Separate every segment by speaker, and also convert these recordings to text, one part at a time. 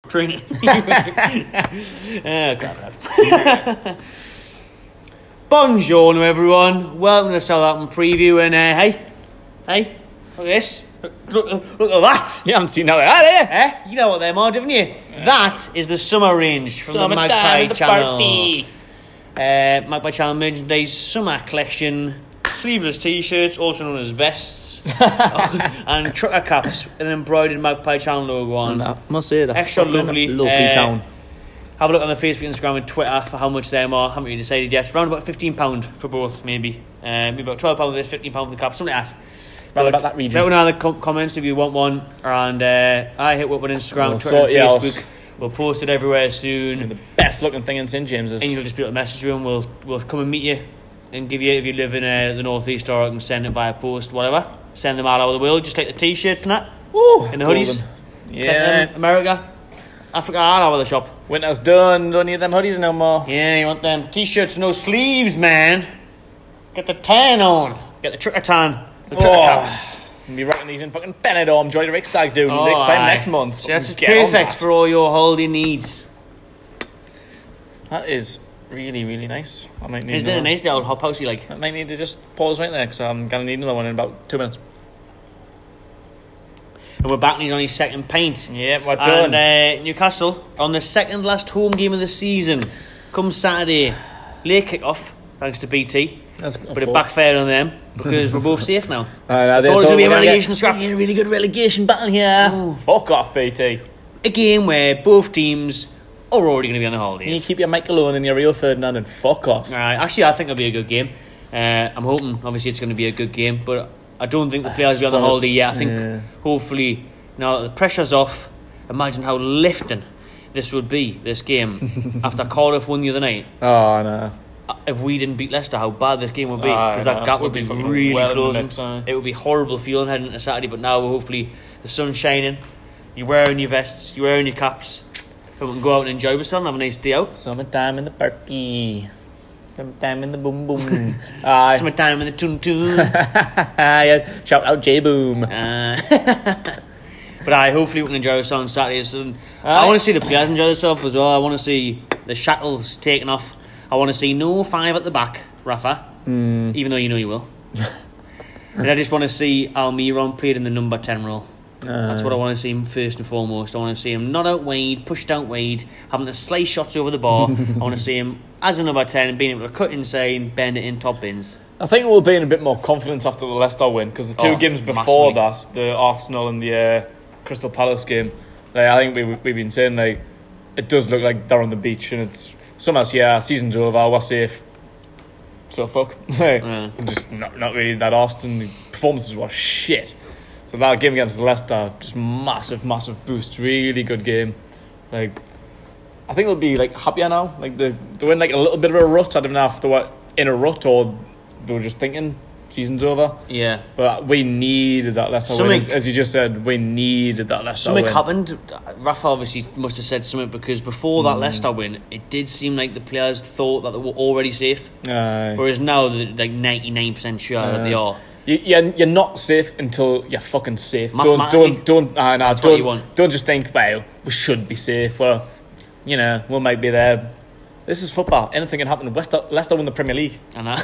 Speaker 1: Prune it. oh, God. Buongiorno, everyone. Welcome to the Southampton preview. And uh, hey, hey, look at this. Look, look, look at that.
Speaker 2: You haven't seen none of that, eh?
Speaker 1: Eh? You know what them are, haven't you? That is the summer range from the Magpie Channel. Uh, Magpie Channel Merchandise Summer Collection. Sleeveless t-shirts, also known as vests, and trucker caps with an embroidered Magpie Channel logo on.
Speaker 2: And I must say that
Speaker 1: Extra
Speaker 2: fucking
Speaker 1: lovely,
Speaker 2: lovely
Speaker 1: uh,
Speaker 2: town.
Speaker 1: Have a look on the Facebook, Instagram, and Twitter for how much them are. Haven't really decided yet. Around about fifteen pound for both, maybe. Uh, maybe about twelve pound for this, fifteen pound for the cap, something like that.
Speaker 2: Round
Speaker 1: But
Speaker 2: about that region.
Speaker 1: Let me know in the com- comments if you want one, and uh, I hit up on Instagram,
Speaker 2: We'll
Speaker 1: Twitter,
Speaker 2: sort
Speaker 1: and
Speaker 2: you out.
Speaker 1: Facebook. We'll post it everywhere soon,
Speaker 2: The best looking thing in St James's.
Speaker 1: and you'll just be able to message me, and we'll we'll come and meet you, and give you if you live in uh, the northeast, or I can send it via post, whatever. Send them all over the world. Just take the t-shirts and that,
Speaker 2: Woo,
Speaker 1: and the
Speaker 2: golden.
Speaker 1: hoodies. Send them
Speaker 2: Yeah,
Speaker 1: America, Africa, all over the shop.
Speaker 2: winter's done. Don't need them hoodies no more.
Speaker 1: Yeah, you want them t-shirts, no sleeves, man. Get the tan on. Get the tricker tan.
Speaker 2: Oh.
Speaker 1: The tricker caps.
Speaker 2: We'll be writing these in fucking Benidorm. Join the Riksdag, dude.
Speaker 1: Oh,
Speaker 2: next time
Speaker 1: aye.
Speaker 2: next month.
Speaker 1: So that's
Speaker 2: Fucking get on
Speaker 1: perfect
Speaker 2: that.
Speaker 1: for all your holiday needs.
Speaker 2: That is really really nice. I might need.
Speaker 1: Is there a
Speaker 2: another-
Speaker 1: nice little hop housey like?
Speaker 2: I might need to just pause right there because I'm gonna need another one in about two minutes.
Speaker 1: And we're back and he's on his second paint.
Speaker 2: Yeah, we're done.
Speaker 1: And uh, Newcastle on the second last home game of the season. Come Saturday, late kick-off, thanks to BT.
Speaker 2: That's- of
Speaker 1: But it
Speaker 2: course.
Speaker 1: backfired on them because we're both safe now.
Speaker 2: Uh, I know,
Speaker 1: I
Speaker 2: they
Speaker 1: thought it was
Speaker 2: thought
Speaker 1: going to be
Speaker 2: we
Speaker 1: a
Speaker 2: were gonna
Speaker 1: relegation
Speaker 2: get-
Speaker 1: scrap.
Speaker 2: Yeah, really good relegation battle here. Fuck off, BT.
Speaker 1: A game where both teams are already going to be on the holidays.
Speaker 2: You keep your mic alone and your real Ferdinand and fuck off.
Speaker 1: Right. Actually, I think it'll be a good game. Uh, I'm hoping, obviously, it's going to be a good game, but I don't think the players will be on the
Speaker 2: fine.
Speaker 1: holiday yet. I think,
Speaker 2: Yeah.
Speaker 1: hopefully, now that the pressure's off, imagine how lifting this would be, this game, after Cardiff won the other night.
Speaker 2: Oh no.
Speaker 1: Uh, If we didn't beat Leicester, how bad this game would be.
Speaker 2: Aye,
Speaker 1: Because that
Speaker 2: no,
Speaker 1: gap
Speaker 2: we'd
Speaker 1: would be
Speaker 2: be fucking
Speaker 1: really
Speaker 2: well in the
Speaker 1: closing.
Speaker 2: mix, aye.
Speaker 1: it would be horrible feeling heading into Saturday, but now hopefully the sun's shining, you're wearing your vests, you're wearing your caps, so we can go out and enjoy ourselves and have a nice day out.
Speaker 2: Summertime in the parky. Summertime in the boom boom. Aye.
Speaker 1: Summertime in the tune tune.
Speaker 2: yeah. Shout out J Boom.
Speaker 1: Uh, but I hopefully we can enjoy ourselves on Saturday. So I
Speaker 2: Aye.
Speaker 1: want to see the players enjoy themselves as well. I want to see the shackles taken off. I want to see no five at the back, Rafa, even though you know you will. and I just want to see Almiron played in the number 10 role. That's what I want to see him first and foremost. I want to see him not out wide, pushed out wide, having to slice shots over the bar. I want to see him as a number 10 and being able to cut inside, bend it in top bins.
Speaker 2: I think we'll be in a bit more confidence after the Leicester win because the two
Speaker 1: Oh,
Speaker 2: games before
Speaker 1: massively.
Speaker 2: that, the Arsenal and the uh, Crystal Palace game, like, I think we, we've been saying like it does look like they're on the beach and it's summer's yeah, season's over, we're safe. So fuck. Like, I'm just not, not really that Arsenal performances were shit. So that game against Leicester, just massive, massive boost. Really good game. Like I think they'll be like happier now. Like they they're in like a little bit of a rut. I don't know if they were in a rut or they were just thinking season's over.
Speaker 1: Yeah.
Speaker 2: But we needed that Leicester win.
Speaker 1: Something-
Speaker 2: As, as you just said, we needed that Leicester
Speaker 1: Something
Speaker 2: win. Hmm.
Speaker 1: happened. Rafa obviously must have said something because before that Leicester win, it did seem like the players thought that they were already safe,
Speaker 2: Aye.
Speaker 1: whereas now they're like ninety nine percent sure that they are.
Speaker 2: You, you're, you're not safe until you're fucking safe. Don't
Speaker 1: Mathematically.
Speaker 2: don't don't. Uh, nah,
Speaker 1: what
Speaker 2: don't,
Speaker 1: you want.
Speaker 2: don't just think. Well, we should be safe. Well, you know, we might be there. This is football. Anything can happen. Leicester, Leicester won the Premier League.
Speaker 1: And I,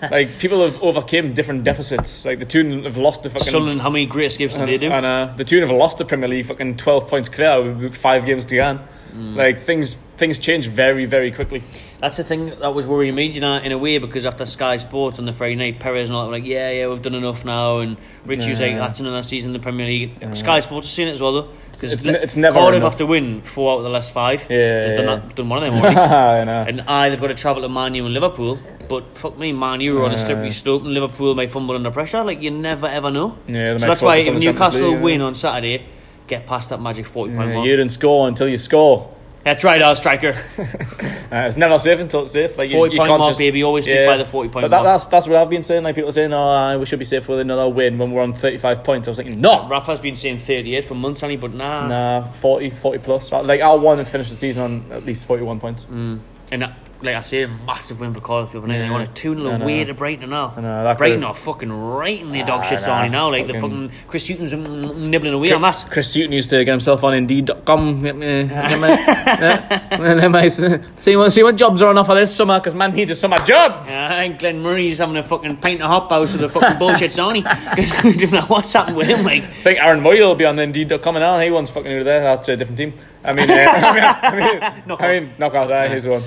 Speaker 2: Like people have overcome different deficits. Like the two have lost the fucking.
Speaker 1: Sunderland, how many great escapes did they do?
Speaker 2: And uh, the tune have lost the Premier League, fucking twelve points clear with five games to go.
Speaker 1: Mm.
Speaker 2: Like things, things change very, very quickly.
Speaker 1: That's the thing that was worrying me, do you know, in a way, because after Sky Sports on the Friday night, Perez and all that were like, yeah, yeah, we've done enough now, and Richie was like,
Speaker 2: Nah.
Speaker 1: that's another season in the Premier League. Sky Sports has seen it as well, though. 'cause
Speaker 2: It's-
Speaker 1: Le-
Speaker 2: it's never
Speaker 1: Cardiff
Speaker 2: enough.
Speaker 1: have to win four out of the last five.
Speaker 2: Yeah,
Speaker 1: They've done,
Speaker 2: yeah,
Speaker 1: that, done one of them already.
Speaker 2: I know.
Speaker 1: And I, they've got to travel to Man U and Liverpool. But fuck me, Man U are on a slippery slope, and Liverpool may fumble under pressure. Like you never ever know.
Speaker 2: Yeah, they
Speaker 1: so
Speaker 2: might
Speaker 1: that's why
Speaker 2: focus
Speaker 1: if
Speaker 2: on the Champions
Speaker 1: Newcastle
Speaker 2: League,
Speaker 1: win on Saturday, get past that magic forty point
Speaker 2: Yeah,
Speaker 1: mark.
Speaker 2: you didn't score until you score.
Speaker 1: That's right, our striker.
Speaker 2: Uh, it's never safe until it's safe. Like you-
Speaker 1: 40
Speaker 2: you
Speaker 1: point
Speaker 2: can't
Speaker 1: mark,
Speaker 2: just-
Speaker 1: baby, always stick by the 40 point
Speaker 2: But that,
Speaker 1: mark.
Speaker 2: that's that's what I've been saying. Like people are saying, "Oh, uh, we should be safe with another win when we're on thirty-five points." I was thinking, "No,
Speaker 1: Rafa's been saying thirty-eight for months, honey, but nah. Mm.
Speaker 2: nah, 40, 40 plus." Like I want to finish the season on at least forty-one points.
Speaker 1: And uh, like I say, a massive win for Cardiff the other night. They
Speaker 2: Yeah.
Speaker 1: won a 2
Speaker 2: I
Speaker 1: 0
Speaker 2: know.
Speaker 1: away to Brighton now.
Speaker 2: I know, that
Speaker 1: Brighton
Speaker 2: could've-
Speaker 1: are fucking right in their dog
Speaker 2: Ah,
Speaker 1: shit
Speaker 2: nah,
Speaker 1: sorry now. Like, the
Speaker 2: fucking-
Speaker 1: fucking Chris Hutton's mm, nibbling away on that.
Speaker 2: Chris Sutton used to get himself on Indeed.com. Yep, eh, never mind. Eh, never mind. see what see what jobs are on offer this summer because man needs a summer job.
Speaker 1: Yeah, I think Glenn Murray's having a fucking pint of hot house with a fucking bullshit Sony. Because what's happened with him? Like,
Speaker 2: I think Aaron Moyle will be on Indeed.com and all. He wants fucking out of there. That's a different team. I mean, uh, I mean, I mean,
Speaker 1: Knockout.
Speaker 2: I mean, knockout. Uh, here's one.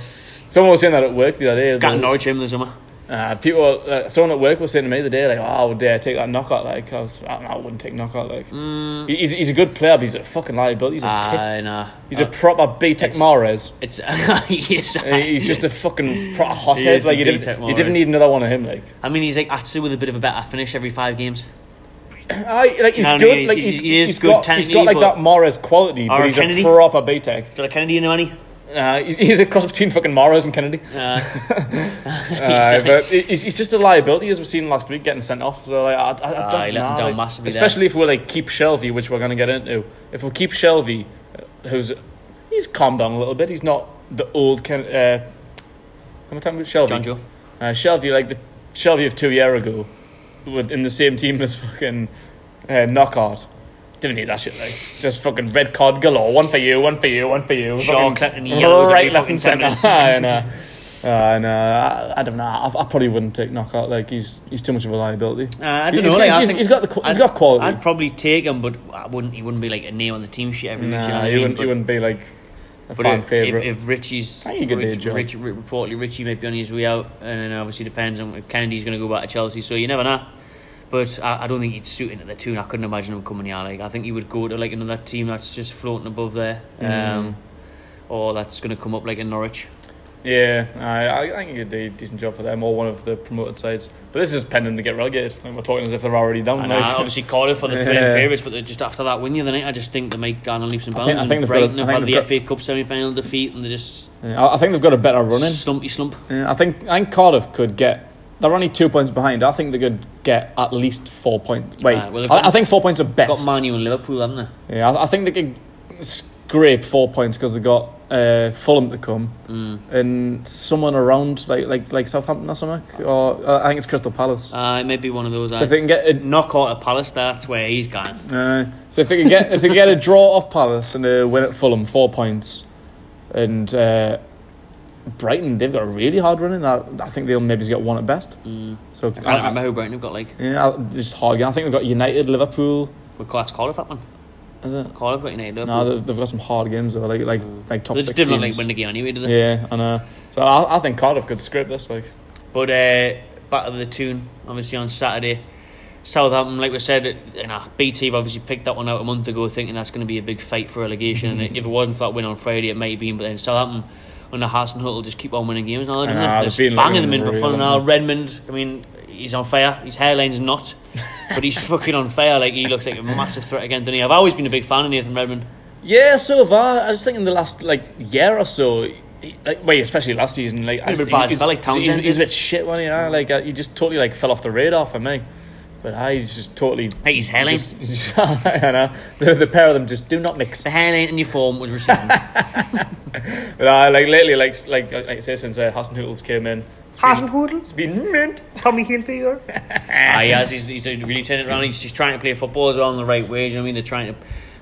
Speaker 2: Someone was saying that at work the other day.
Speaker 1: got
Speaker 2: The-
Speaker 1: Norwich him this summer.
Speaker 2: Uh, people, uh, someone at work was saying to me the other day, like, "Oh, I would dare take that knockout." Like, I, was, I, I wouldn't take knockout. Like,
Speaker 1: Mm.
Speaker 2: He- he's, he's a good player, but he's a fucking liability. He's a tit.
Speaker 1: Ah, nah.
Speaker 2: He's a proper B-Tech Mares.
Speaker 1: It's. yes.
Speaker 2: He's just a fucking proper
Speaker 1: He is
Speaker 2: hothead. Like,
Speaker 1: a
Speaker 2: you
Speaker 1: B-Tech
Speaker 2: didn't, you
Speaker 1: Mahrez.
Speaker 2: didn't need another one of him. Like,
Speaker 1: I mean, he's like Atsu with a bit of a better finish every five games.
Speaker 2: I, like he's
Speaker 1: know what I
Speaker 2: good.
Speaker 1: mean?
Speaker 2: Like,
Speaker 1: He's-
Speaker 2: he's,
Speaker 1: he is
Speaker 2: he's
Speaker 1: good
Speaker 2: got, he's got like
Speaker 1: technically,
Speaker 2: that Mares quality,
Speaker 1: Or
Speaker 2: but he's
Speaker 1: Kennedy?
Speaker 2: a proper B-Tech.
Speaker 1: Do you like Kennedy and Annie?
Speaker 2: Uh, he's, he's a cross between fucking Mares and Kennedy.
Speaker 1: Uh,
Speaker 2: Uh, but he- he's, he's just a liability, as we've seen last week, getting sent off. So like, I, I, I
Speaker 1: Ah,
Speaker 2: don't
Speaker 1: he let
Speaker 2: know,
Speaker 1: them down
Speaker 2: like,
Speaker 1: massively there.
Speaker 2: especially if we like keep Shelby, which we're going to get into. If we keep Shelby, uh, who's he's calmed down a little bit. He's not the old Ken. Uh, how much time with Shelby?
Speaker 1: John Joe.
Speaker 2: Uh, Shelby, like the Shelby of two year ago, with in the same team as fucking uh, knockout. Didn't need that shit, like just fucking red card galore. One for you, one for you, one for you.
Speaker 1: Shaw
Speaker 2: Fucking
Speaker 1: collecting yellows every
Speaker 2: right, left,
Speaker 1: fucking
Speaker 2: and
Speaker 1: 10
Speaker 2: centre.
Speaker 1: minutes.
Speaker 2: I know. I know. I, I don't know. I, I probably wouldn't take knockout. Like he's he's too much of a liability.
Speaker 1: Uh, I
Speaker 2: He's-
Speaker 1: don't know.
Speaker 2: He's,
Speaker 1: like, I
Speaker 2: he's-
Speaker 1: think
Speaker 2: he's got the qu- he's
Speaker 1: I'd-
Speaker 2: got quality.
Speaker 1: I'd probably take him, but I wouldn't. He wouldn't be like a name on the team sheet every week. You know
Speaker 2: nah,
Speaker 1: what I
Speaker 2: he
Speaker 1: mean?
Speaker 2: wouldn't
Speaker 1: But-
Speaker 2: he wouldn't be like a
Speaker 1: But
Speaker 2: fan
Speaker 1: if,
Speaker 2: favorite.
Speaker 1: If, if Richie's
Speaker 2: I think he could do a
Speaker 1: Rich-
Speaker 2: job.
Speaker 1: Rich- Ri- reportedly Richie might be on his way out, and then obviously depends on if Kennedy's going to go back to Chelsea. So you never know. But I, I don't think he'd suit into the two, and I couldn't imagine him coming here. Like I think he would go to like another team that's just floating above there,
Speaker 2: Mm.
Speaker 1: um, or that's going to come up like in Norwich.
Speaker 2: yeah, I, I think he could do a decent job for them or one of the promoted sides. But this is pending to get relegated. Like, we're talking as if they're already down.
Speaker 1: And
Speaker 2: like.
Speaker 1: I obviously Cardiff are the
Speaker 2: Yeah.
Speaker 1: yeah. favourites, but they're just after that win the other night, I just think they might go on leaps and
Speaker 2: I think-
Speaker 1: bounds.
Speaker 2: I think
Speaker 1: and
Speaker 2: they've got a-
Speaker 1: Brighton
Speaker 2: I
Speaker 1: have
Speaker 2: think
Speaker 1: had the
Speaker 2: they've got-
Speaker 1: FA Cup semi-final defeat, and they're just
Speaker 2: I I think they've got a better running.
Speaker 1: slumpy slump.
Speaker 2: Yeah, I think I think Cardiff could get. They're only two points behind. I think they could get at least four points. Wait,
Speaker 1: Alright, well, they've
Speaker 2: I,
Speaker 1: got-
Speaker 2: I think four points are
Speaker 1: Got
Speaker 2: best.
Speaker 1: Manu and Liverpool, haven't they?
Speaker 2: Yeah, I, I think they could scrape four points because they got uh, Fulham to come
Speaker 1: Hmm.
Speaker 2: and someone around like like like Southampton or something, or uh, I think it's Crystal Palace.
Speaker 1: Uh, it might be one of those.
Speaker 2: so
Speaker 1: I
Speaker 2: if they can get a,
Speaker 1: knock out of Palace, that's where he's gone.
Speaker 2: uh, so if they can get if they can get a draw off Palace and a win at Fulham, four points, and. Uh, Brighton, they've got a really hard running. I, I think they'll maybe get one at best. So
Speaker 1: Mm. I can't remember who Brighton have got like.
Speaker 2: Yeah, I- just hard game. I think they've got United, Liverpool.
Speaker 1: Well, that's Cardiff that one.
Speaker 2: Is it?
Speaker 1: Cardiff got United.
Speaker 2: No,
Speaker 1: Liverpool.
Speaker 2: they've, they've got some hard games though, like like like top
Speaker 1: Mm. they
Speaker 2: six
Speaker 1: just didn't like
Speaker 2: teams.
Speaker 1: win the game anyway, did they?
Speaker 2: yeah, I know. So I, I think Cardiff could scrape this week.
Speaker 1: But uh, back of the tune, obviously on Saturday, Southampton, like we said, you know, BT have obviously picked that one out a month ago, thinking that's going to be a big fight for relegation.
Speaker 2: Mm-hmm.
Speaker 1: and if it wasn't for that win on Friday, it might have been. But then Southampton under Hassan Huttle just keep on winning games now, don't
Speaker 2: I know,
Speaker 1: they?
Speaker 2: they've
Speaker 1: Just
Speaker 2: been
Speaker 1: banging
Speaker 2: looking
Speaker 1: them in for
Speaker 2: really
Speaker 1: fun
Speaker 2: well.
Speaker 1: now. Redmond, I mean, he's on fire. His hairline's not, but he's fucking on fire. Like he looks like a massive threat again, doesn't he? I've always been a big fan of Nathan Redmond.
Speaker 2: Yeah, so far I just think in the last like year or so, he- like, wait, especially last season, like I
Speaker 1: He's a
Speaker 2: just,
Speaker 1: bit bad as well, like
Speaker 2: he's,
Speaker 1: Townsend
Speaker 2: he's, he's a
Speaker 1: did.
Speaker 2: bit shit when he yeah, like uh, he just totally like fell off the radar for me. But I he's just totally.
Speaker 1: Hey, he's hailing.
Speaker 2: just- just- I know the, the pair of them just do not mix.
Speaker 1: The hairline in your form was receiving.
Speaker 2: But I Ah, like lately, like like like I say, since uh, Hassan Hootles came in, it's been-
Speaker 1: Hoodles.
Speaker 2: it's been mint.
Speaker 1: Tommy Hilfiger. ah, he has. He's, he's really turned it around. He's, he's trying to play football as well in the right way. Do you know what I mean? They're trying to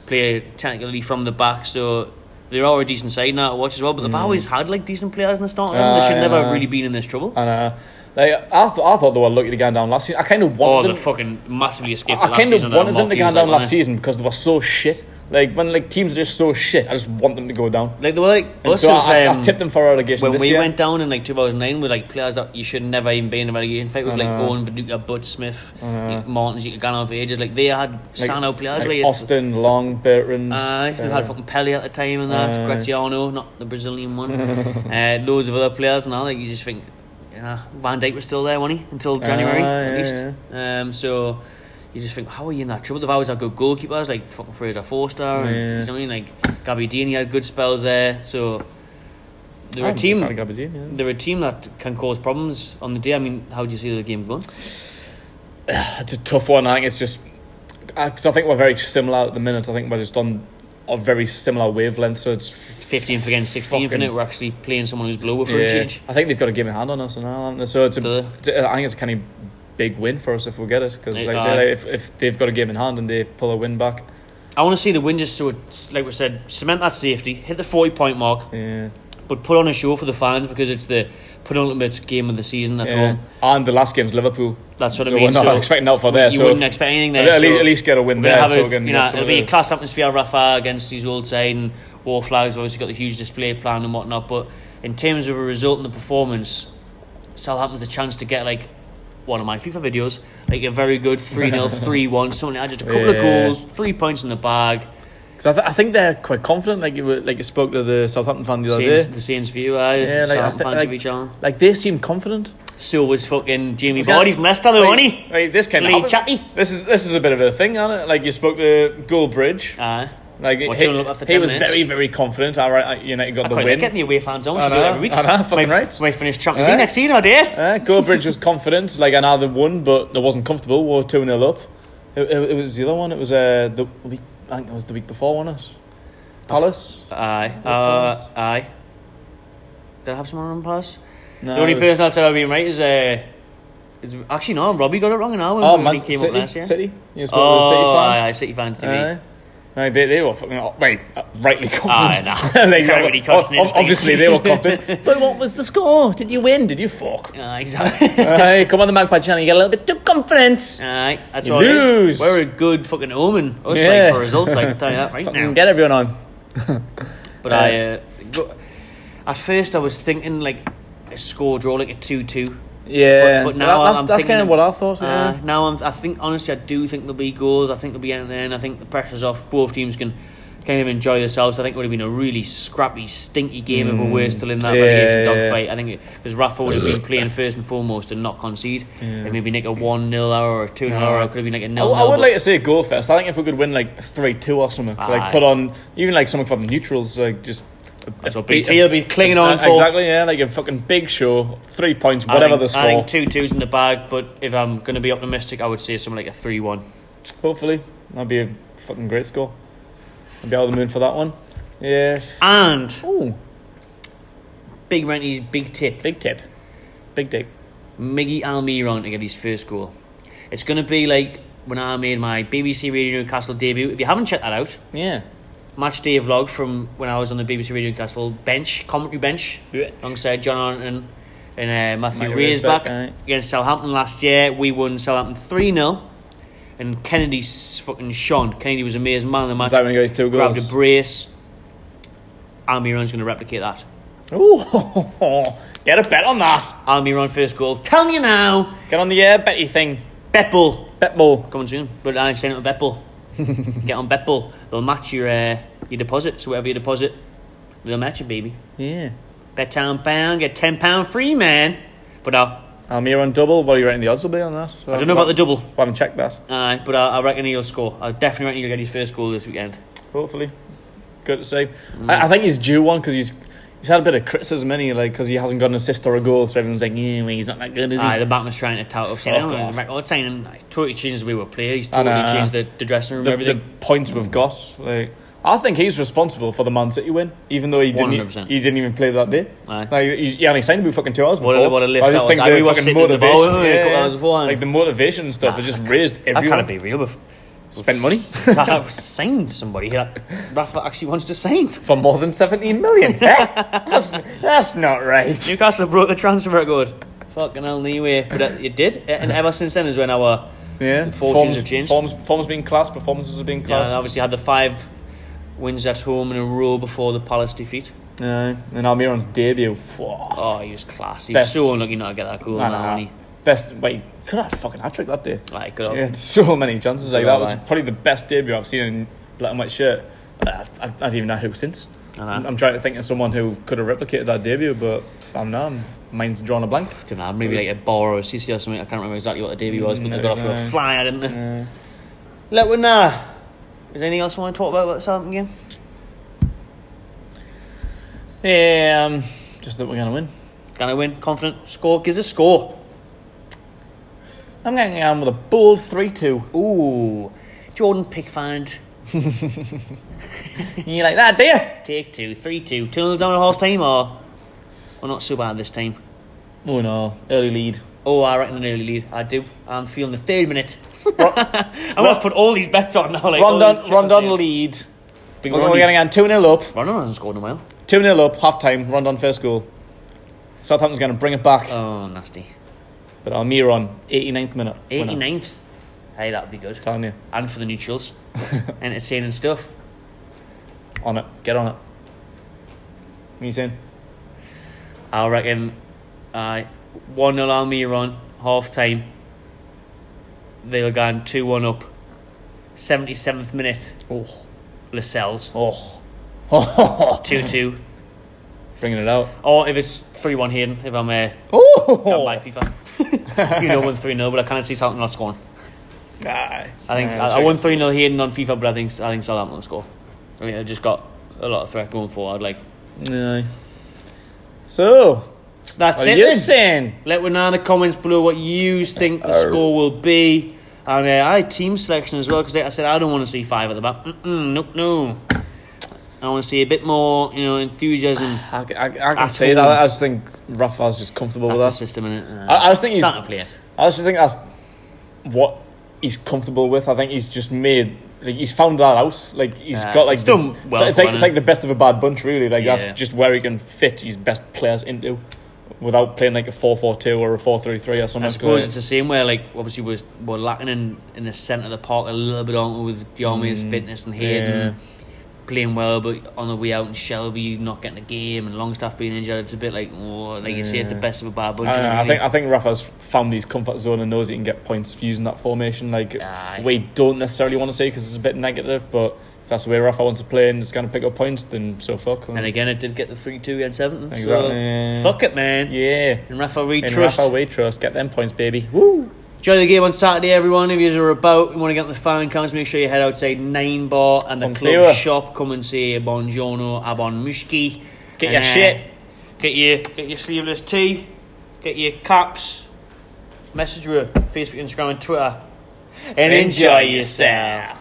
Speaker 1: play technically from the back, so they are a decent side now to watch as well. But they've always had like decent players in the starting. eleven. they
Speaker 2: Mm. Ah,
Speaker 1: should
Speaker 2: yeah.
Speaker 1: never really been in this trouble.
Speaker 2: And uh, like, I, th- I thought they were lucky to go down last season. I kind of
Speaker 1: or
Speaker 2: wanted
Speaker 1: they
Speaker 2: them.
Speaker 1: Oh, fucking massively escaped it
Speaker 2: I
Speaker 1: last
Speaker 2: Ah, kind
Speaker 1: season.
Speaker 2: of wanted them to go
Speaker 1: get
Speaker 2: down last season because they were so shit. Like when like teams are just so shit, I just want them to go down.
Speaker 1: Like they were like
Speaker 2: And
Speaker 1: us
Speaker 2: so
Speaker 1: of,
Speaker 2: I, I,
Speaker 1: um,
Speaker 2: I tipped them for relegation
Speaker 1: when
Speaker 2: this
Speaker 1: we
Speaker 2: year.
Speaker 1: went down in like 2009 with like players that you should never even be in a relegation fight with, like
Speaker 2: know.
Speaker 1: Owen Viduka, Bud Smith, Martins, you could go on for ages. Like they had
Speaker 2: Like-
Speaker 1: standout players.
Speaker 2: like
Speaker 1: where you-
Speaker 2: Austin, Long, Bertrand. uh,
Speaker 1: Aye, they Uh, had fucking Pelé at the time and that,
Speaker 2: Aye.
Speaker 1: Graziano, not the Brazilian one. uh, loads of other players now that you just think, you know, Van Dijk was still there, wasn't he? Until January,
Speaker 2: Aye,
Speaker 1: at
Speaker 2: Ah, yeah,
Speaker 1: least. Um, so you just think, how are you in that trouble? They've always had good goalkeepers, like fucking Fraser Forster, and,
Speaker 2: Yeah.
Speaker 1: you know what I mean? Like Gabby Dean, he had good spells there. So they're
Speaker 2: I'm
Speaker 1: a
Speaker 2: a
Speaker 1: team.
Speaker 2: fan of Gabardine, yeah.
Speaker 1: They're a team that can cause problems on the day. I mean, how do you see the game going?
Speaker 2: uh, It's a tough one. I think it's just because I think we're very similar at the minute. I think we're just on of very similar wavelength. So it's
Speaker 1: 15th against 16th,
Speaker 2: Fucking-
Speaker 1: innit? We're actually playing someone who's lower for a change.
Speaker 2: I think they've got a game in hand on us, and all, haven't they? so it's
Speaker 1: Do
Speaker 2: a,
Speaker 1: they?
Speaker 2: it's a- I think it's a kind of big win for us if we get it because like, I say,
Speaker 1: Aye.
Speaker 2: like, if if they've got a game in hand and they pull a win back,
Speaker 1: I want to see the win just so it's, like we said, cement that safety, hit the 40 point mark,
Speaker 2: yeah.
Speaker 1: but put on a show for the fans because it's the penultimate game of the season at
Speaker 2: yeah.
Speaker 1: home.
Speaker 2: And the last game's Liverpool.
Speaker 1: That's what
Speaker 2: so
Speaker 1: I mean.
Speaker 2: We're not
Speaker 1: so
Speaker 2: expecting that for there.
Speaker 1: you
Speaker 2: so
Speaker 1: wouldn't
Speaker 2: if-
Speaker 1: expect anything
Speaker 2: at,
Speaker 1: there.
Speaker 2: least,
Speaker 1: so
Speaker 2: at least get a win
Speaker 1: we're
Speaker 2: there.
Speaker 1: gonna have
Speaker 2: so
Speaker 1: a,
Speaker 2: we can
Speaker 1: you know,
Speaker 2: get some
Speaker 1: it'll
Speaker 2: of
Speaker 1: be a
Speaker 2: the-
Speaker 1: class atmosphere. Rafa against these old side and War Flags. Obviously got the huge display plan and whatnot. But in terms of a result in the performance, Southampton's a chance to get like one of my FIFA videos, like a very good 3 0 3 1 something. like that, Just a couple
Speaker 2: Yeah.
Speaker 1: of goals, three points in the bag.
Speaker 2: Because I, th- I think they're quite confident. Like you were, like you spoke to the Southampton fan the other
Speaker 1: Saints,
Speaker 2: day.
Speaker 1: the Saints view, aye.
Speaker 2: Yeah, like, I
Speaker 1: Southampton
Speaker 2: thi-
Speaker 1: fans
Speaker 2: like-
Speaker 1: of each other.
Speaker 2: Like they seem confident.
Speaker 1: So was fucking Jamie
Speaker 2: gonna-
Speaker 1: Vardy from Leicester, though, wasn't he?
Speaker 2: Wait, wait, this can
Speaker 1: Lee
Speaker 2: happen.
Speaker 1: Chatty.
Speaker 2: This is this is a bit of a thing, isn't it? Like you spoke to Goal Bridge.
Speaker 1: Aye.
Speaker 2: Like
Speaker 1: Well,
Speaker 2: he,
Speaker 1: two up after
Speaker 2: he
Speaker 1: 10
Speaker 2: was
Speaker 1: minutes.
Speaker 2: very very confident. All right, I- United got the
Speaker 1: Quite
Speaker 2: win.
Speaker 1: like getting the away fans on. We
Speaker 2: I
Speaker 1: should do it
Speaker 2: know,
Speaker 1: every week.
Speaker 2: I know, fucking
Speaker 1: Might-
Speaker 2: right.
Speaker 1: Might finish Champions
Speaker 2: Aye.
Speaker 1: League next season, I guess.
Speaker 2: Uh, Goldbridge was confident, like, and either won, but they wasn't comfortable. We were 2 0 up. It, it, it was the other one. It was uh, the week, I think it was the week before, wasn't it? Palace?
Speaker 1: Aye. Uh,
Speaker 2: Palace.
Speaker 1: aye. Did I have someone on Palace?
Speaker 2: No,
Speaker 1: the only
Speaker 2: it was-
Speaker 1: person I'd say I've been right is, uh, is. Actually, no, Robbie got it wrong in our when
Speaker 2: Oh,
Speaker 1: we
Speaker 2: Man
Speaker 1: came
Speaker 2: City.
Speaker 1: up last year.
Speaker 2: City. You spoke
Speaker 1: Oh,
Speaker 2: to the City fan.
Speaker 1: aye, aye, City fans to me.
Speaker 2: Aye. No, they, they were fucking oh, wait, uh, rightly confident.
Speaker 1: Aye, nah.
Speaker 2: Like,
Speaker 1: Can't really
Speaker 2: ob-
Speaker 1: concentrate,
Speaker 2: ob-
Speaker 1: Steve.
Speaker 2: obviously, they were confident. but what was the score? Did you win? Did you fuck?
Speaker 1: Aye, exactly.
Speaker 2: Aye, come on, the Magpie Channel. You get a little bit too confident.
Speaker 1: Aye, that's
Speaker 2: You
Speaker 1: what it
Speaker 2: lose.
Speaker 1: is. We're a good fucking omen. Us
Speaker 2: Yeah.
Speaker 1: like for results, I can tell you that right now.
Speaker 2: Fucking get everyone on.
Speaker 1: But I, uh, go- at first, I was thinking like a score draw, like a two-two.
Speaker 2: Yeah,
Speaker 1: But now
Speaker 2: that's,
Speaker 1: I'm
Speaker 2: that's
Speaker 1: thinking
Speaker 2: kind of what I thought. yeah.
Speaker 1: Uh, now I'm, I think honestly, I do think there'll be goals. I think there'll be in there, and I think the pressure's off. Both teams can kind of enjoy themselves. I think it would have been a really scrappy, stinky game if we were still in that
Speaker 2: Yeah,
Speaker 1: relegation
Speaker 2: Mm. yeah,
Speaker 1: dogfight. I think because Rafa would have been playing first and foremost and not concede, and maybe make a one 0 or a two 0 or it could have been like a
Speaker 2: I,
Speaker 1: nil.
Speaker 2: I would like to see a goal first. I think if we could win like three two or something,
Speaker 1: Aye.
Speaker 2: like put on even like something from the neutrals, like just. a-
Speaker 1: That's
Speaker 2: a
Speaker 1: what BT will be clinging on
Speaker 2: Uh,
Speaker 1: for.
Speaker 2: Exactly, yeah, like a fucking big show, three points, whatever
Speaker 1: I think,
Speaker 2: the score.
Speaker 1: I think two twos in the bag, but if I'm going to be optimistic, I would say something like a three-one.
Speaker 2: Hopefully, that'd be a fucking great score. I'd be out of the moon for that one. Yeah.
Speaker 1: And
Speaker 2: Ooh,
Speaker 1: big Renty's big tip.
Speaker 2: big tip, big tip.
Speaker 1: Miggy Almiron to get his first goal. It's going to be like when I made my BBC Radio Newcastle debut. If you haven't checked that out,
Speaker 2: Yeah.
Speaker 1: match day vlog from when I was on the BBC Radio Newcastle bench, commentary bench,
Speaker 2: Yeah.
Speaker 1: alongside John Arnton and uh, Matthew
Speaker 2: Matthew
Speaker 1: Raisback
Speaker 2: Raisback, aye.
Speaker 1: against Southampton last year. We won Southampton 3 0. And Kennedy s- fucking shone. Kennedy was an amazing man in the match.
Speaker 2: that when he got his two
Speaker 1: Grabbed
Speaker 2: goals?
Speaker 1: a brace. Almiron's going to replicate that.
Speaker 2: Ooh, get a bet on that.
Speaker 1: Almiron first goal. Telling you now,
Speaker 2: Get on the air betty thing.
Speaker 1: Bet Bull.
Speaker 2: Bet ball.
Speaker 1: coming soon. But I'm signing up with Betbull. Get on Betbull. They'll match your uh, your deposit. So whatever you deposit, they'll match it, baby.
Speaker 2: Yeah.
Speaker 1: Bet ten pound, get ten pound free, man. But I'll,
Speaker 2: Almir on double. What do you reckon the odds will be on that?
Speaker 1: I don't know about the double.
Speaker 2: I haven't checked that.
Speaker 1: Uh, but I, I reckon he'll score. I definitely reckon he'll get his first goal this weekend.
Speaker 2: Hopefully, good to see.
Speaker 1: Mm.
Speaker 2: I, I think he's due one because he's he's had a bit of criticism, any like because he hasn't got an assist or a goal, so everyone's like, yeah, well, he's not that good, is he?
Speaker 1: Aye, Uh, the bankman's trying to tout up saying,
Speaker 2: Fuck
Speaker 1: oh,
Speaker 2: off.
Speaker 1: record signing. Like, totally changed the way we play. He's
Speaker 2: I know,
Speaker 1: totally
Speaker 2: I know.
Speaker 1: changed the, the dressing room,
Speaker 2: the,
Speaker 1: everything.
Speaker 2: the points we've got, like. I think he's responsible for the Man City win, even though he didn't. e-
Speaker 1: 100%.
Speaker 2: He didn't even play that day.
Speaker 1: Aye.
Speaker 2: Like, he, he only signed about fucking two hours
Speaker 1: What
Speaker 2: before.
Speaker 1: a- what a lift
Speaker 2: I just
Speaker 1: that
Speaker 2: think
Speaker 1: was. Aye, we
Speaker 2: the
Speaker 1: were
Speaker 2: fucking
Speaker 1: sitting in the
Speaker 2: motivation,
Speaker 1: bar, weren't we, a couple hours beforehand?
Speaker 2: like the motivation and stuff, it just raised
Speaker 1: that
Speaker 2: everyone.
Speaker 1: can't be real. We've
Speaker 2: Spent money
Speaker 1: I've signed somebody that Rafa actually wants to sign.
Speaker 2: for more than seventeen million. Eh? that's that's not right.
Speaker 1: Newcastle broke the transfer record. Fucking hell, anyway. But it, it did. And ever since then is when our.
Speaker 2: Yeah,
Speaker 1: fortunes
Speaker 2: Forms-
Speaker 1: have changed.
Speaker 2: Forms, forms being class, performances have been
Speaker 1: Yeah,
Speaker 2: class.
Speaker 1: and obviously had the five wins at home in a row before the Palace defeat.
Speaker 2: Uh, and Almiron's debut. Whoa.
Speaker 1: Oh, he was class. He
Speaker 2: Best.
Speaker 1: was so unlucky not to get that goal.
Speaker 2: Nah,
Speaker 1: Nah,
Speaker 2: nah, nah.
Speaker 1: wasn't
Speaker 2: Best. Wait, could I have fucking hat trick that day?
Speaker 1: he? Like, good
Speaker 2: He
Speaker 1: yeah.
Speaker 2: had so many chances. Like
Speaker 1: Yeah,
Speaker 2: that was
Speaker 1: right.
Speaker 2: probably the best debut I've seen in black and white shirt. Uh, I, I don't even know who since.
Speaker 1: I know.
Speaker 2: I'm, I'm trying to think of someone who could have replicated that debut, but I'm not. Mine's drawn a blank.
Speaker 1: I don't know, maybe like a bar or a CC or something. I can't remember exactly what the debut was, but
Speaker 2: Mm,
Speaker 1: they got off to
Speaker 2: no.
Speaker 1: a flyer, didn't they? Let we know. Is there anything else you want to talk about about the Southampton game?
Speaker 2: Yeah, um, just that we're gonna win.
Speaker 1: Can I win? Confident? Score? Gives a score.
Speaker 2: I'm going to go on with a bold three-two.
Speaker 1: Ooh. Jordan Pickford
Speaker 2: you like that, do you?
Speaker 1: Take two, three, two. Two down at half time, or we're not so bad this time.
Speaker 2: Oh no, early lead.
Speaker 1: Oh, I reckon an early lead. I do. I'm feeling the third minute. I'm gonna have to put all these bets on now. Like, all
Speaker 2: Rondon,
Speaker 1: these shit I'm
Speaker 2: Rondon
Speaker 1: saying.
Speaker 2: lead.
Speaker 1: Big
Speaker 2: We're
Speaker 1: Rondy.
Speaker 2: going to 2 0 up.
Speaker 1: Rondon hasn't scored in a while.
Speaker 2: 2 0 up, half time, Rondon first goal. Southampton's going to bring it back.
Speaker 1: Oh, nasty.
Speaker 2: But Almiron, 89th minute. winner.
Speaker 1: 89th. Hey, that would be good.
Speaker 2: Telling you.
Speaker 1: And for the neutrals. Entertaining stuff.
Speaker 2: On it. Get on it. What are you saying?
Speaker 1: I reckon uh, 1 0 Almiron, half time. They'll go 2 1 up. 77th minute,
Speaker 2: Oh.
Speaker 1: Lascelles.
Speaker 2: Oh. Oh.
Speaker 1: 2 2.
Speaker 2: Bringing it out.
Speaker 1: Or if it's 3 1 Hayden, if I'm uh, on my
Speaker 2: Oh.
Speaker 1: FIFA. you know, 1 3 0, but I can't see Southampton not scoring.
Speaker 2: I
Speaker 1: I think I, I won 3 0 Hayden on FIFA, but I think, I think Southampton will score. I mean, I just got a lot of threat going forward. Like,
Speaker 2: No. So,
Speaker 1: that's
Speaker 2: what are
Speaker 1: it.
Speaker 2: you
Speaker 1: then.
Speaker 2: saying?
Speaker 1: Let me know in the comments below what you think
Speaker 2: Oh.
Speaker 1: the score will be. And uh, I had team selection as well because I said I don't want to see five at the back. Mm-mm, nope, no. I want to see a bit more, you know, enthusiasm.
Speaker 2: I, I, I can
Speaker 1: At
Speaker 2: say
Speaker 1: all.
Speaker 2: that. I just think Rafa's just comfortable
Speaker 1: That's
Speaker 2: with
Speaker 1: the
Speaker 2: that.
Speaker 1: system, innit?
Speaker 2: I, I just think he's.
Speaker 1: Starting to play it.
Speaker 2: I just think that's what he's comfortable with. I think he's just made. Like, he's found that out. Like he's
Speaker 1: Uh,
Speaker 2: got like
Speaker 1: he's done
Speaker 2: the-
Speaker 1: well
Speaker 2: It's
Speaker 1: for
Speaker 2: like, it's
Speaker 1: winning.
Speaker 2: like the best of a bad bunch, really. Like
Speaker 1: Yeah.
Speaker 2: that's just where he can fit his best players into, without playing like a four four two or a four three three or something.
Speaker 1: I suppose it's the same way, like, obviously, we're, we're lacking in, in the centre of the park a little bit, aren't we, with Diome's
Speaker 2: Mm,
Speaker 1: fitness and Hayden playing well, but on the way out, and Shelby not getting a game, and Longstaff being injured. It's a bit like, oh, like you say, it's the best of a bad bunch.
Speaker 2: I, don't know,
Speaker 1: and
Speaker 2: I
Speaker 1: everything.
Speaker 2: think I think Rafa's found his comfort zone and knows he can get points using that formation. Like
Speaker 1: Aye.
Speaker 2: we don't necessarily want to say because it's a bit negative, but if that's the way Rafa wants to play and is going to pick up points, then so fuck.
Speaker 1: And again, it did get the 3 2 against Everton.
Speaker 2: Exactly,
Speaker 1: So,
Speaker 2: yeah.
Speaker 1: Fuck it, man.
Speaker 2: yeah.
Speaker 1: And Rafa, we
Speaker 2: In
Speaker 1: trust.
Speaker 2: Rafa, we trust. Get them points, baby. Woo!
Speaker 1: Enjoy the game on Saturday, everyone. If you are about and want to get on the fan counts, make sure you head outside 9 Bar and the
Speaker 2: Come see
Speaker 1: club
Speaker 2: us.
Speaker 1: shop. Come and say Bongiorno a bon mushki.
Speaker 2: Get
Speaker 1: And,
Speaker 2: your
Speaker 1: uh,
Speaker 2: shit.
Speaker 1: Get your, get your sleeveless tee. Get your caps. Message her Facebook, Instagram, and Twitter. And enjoy yourself.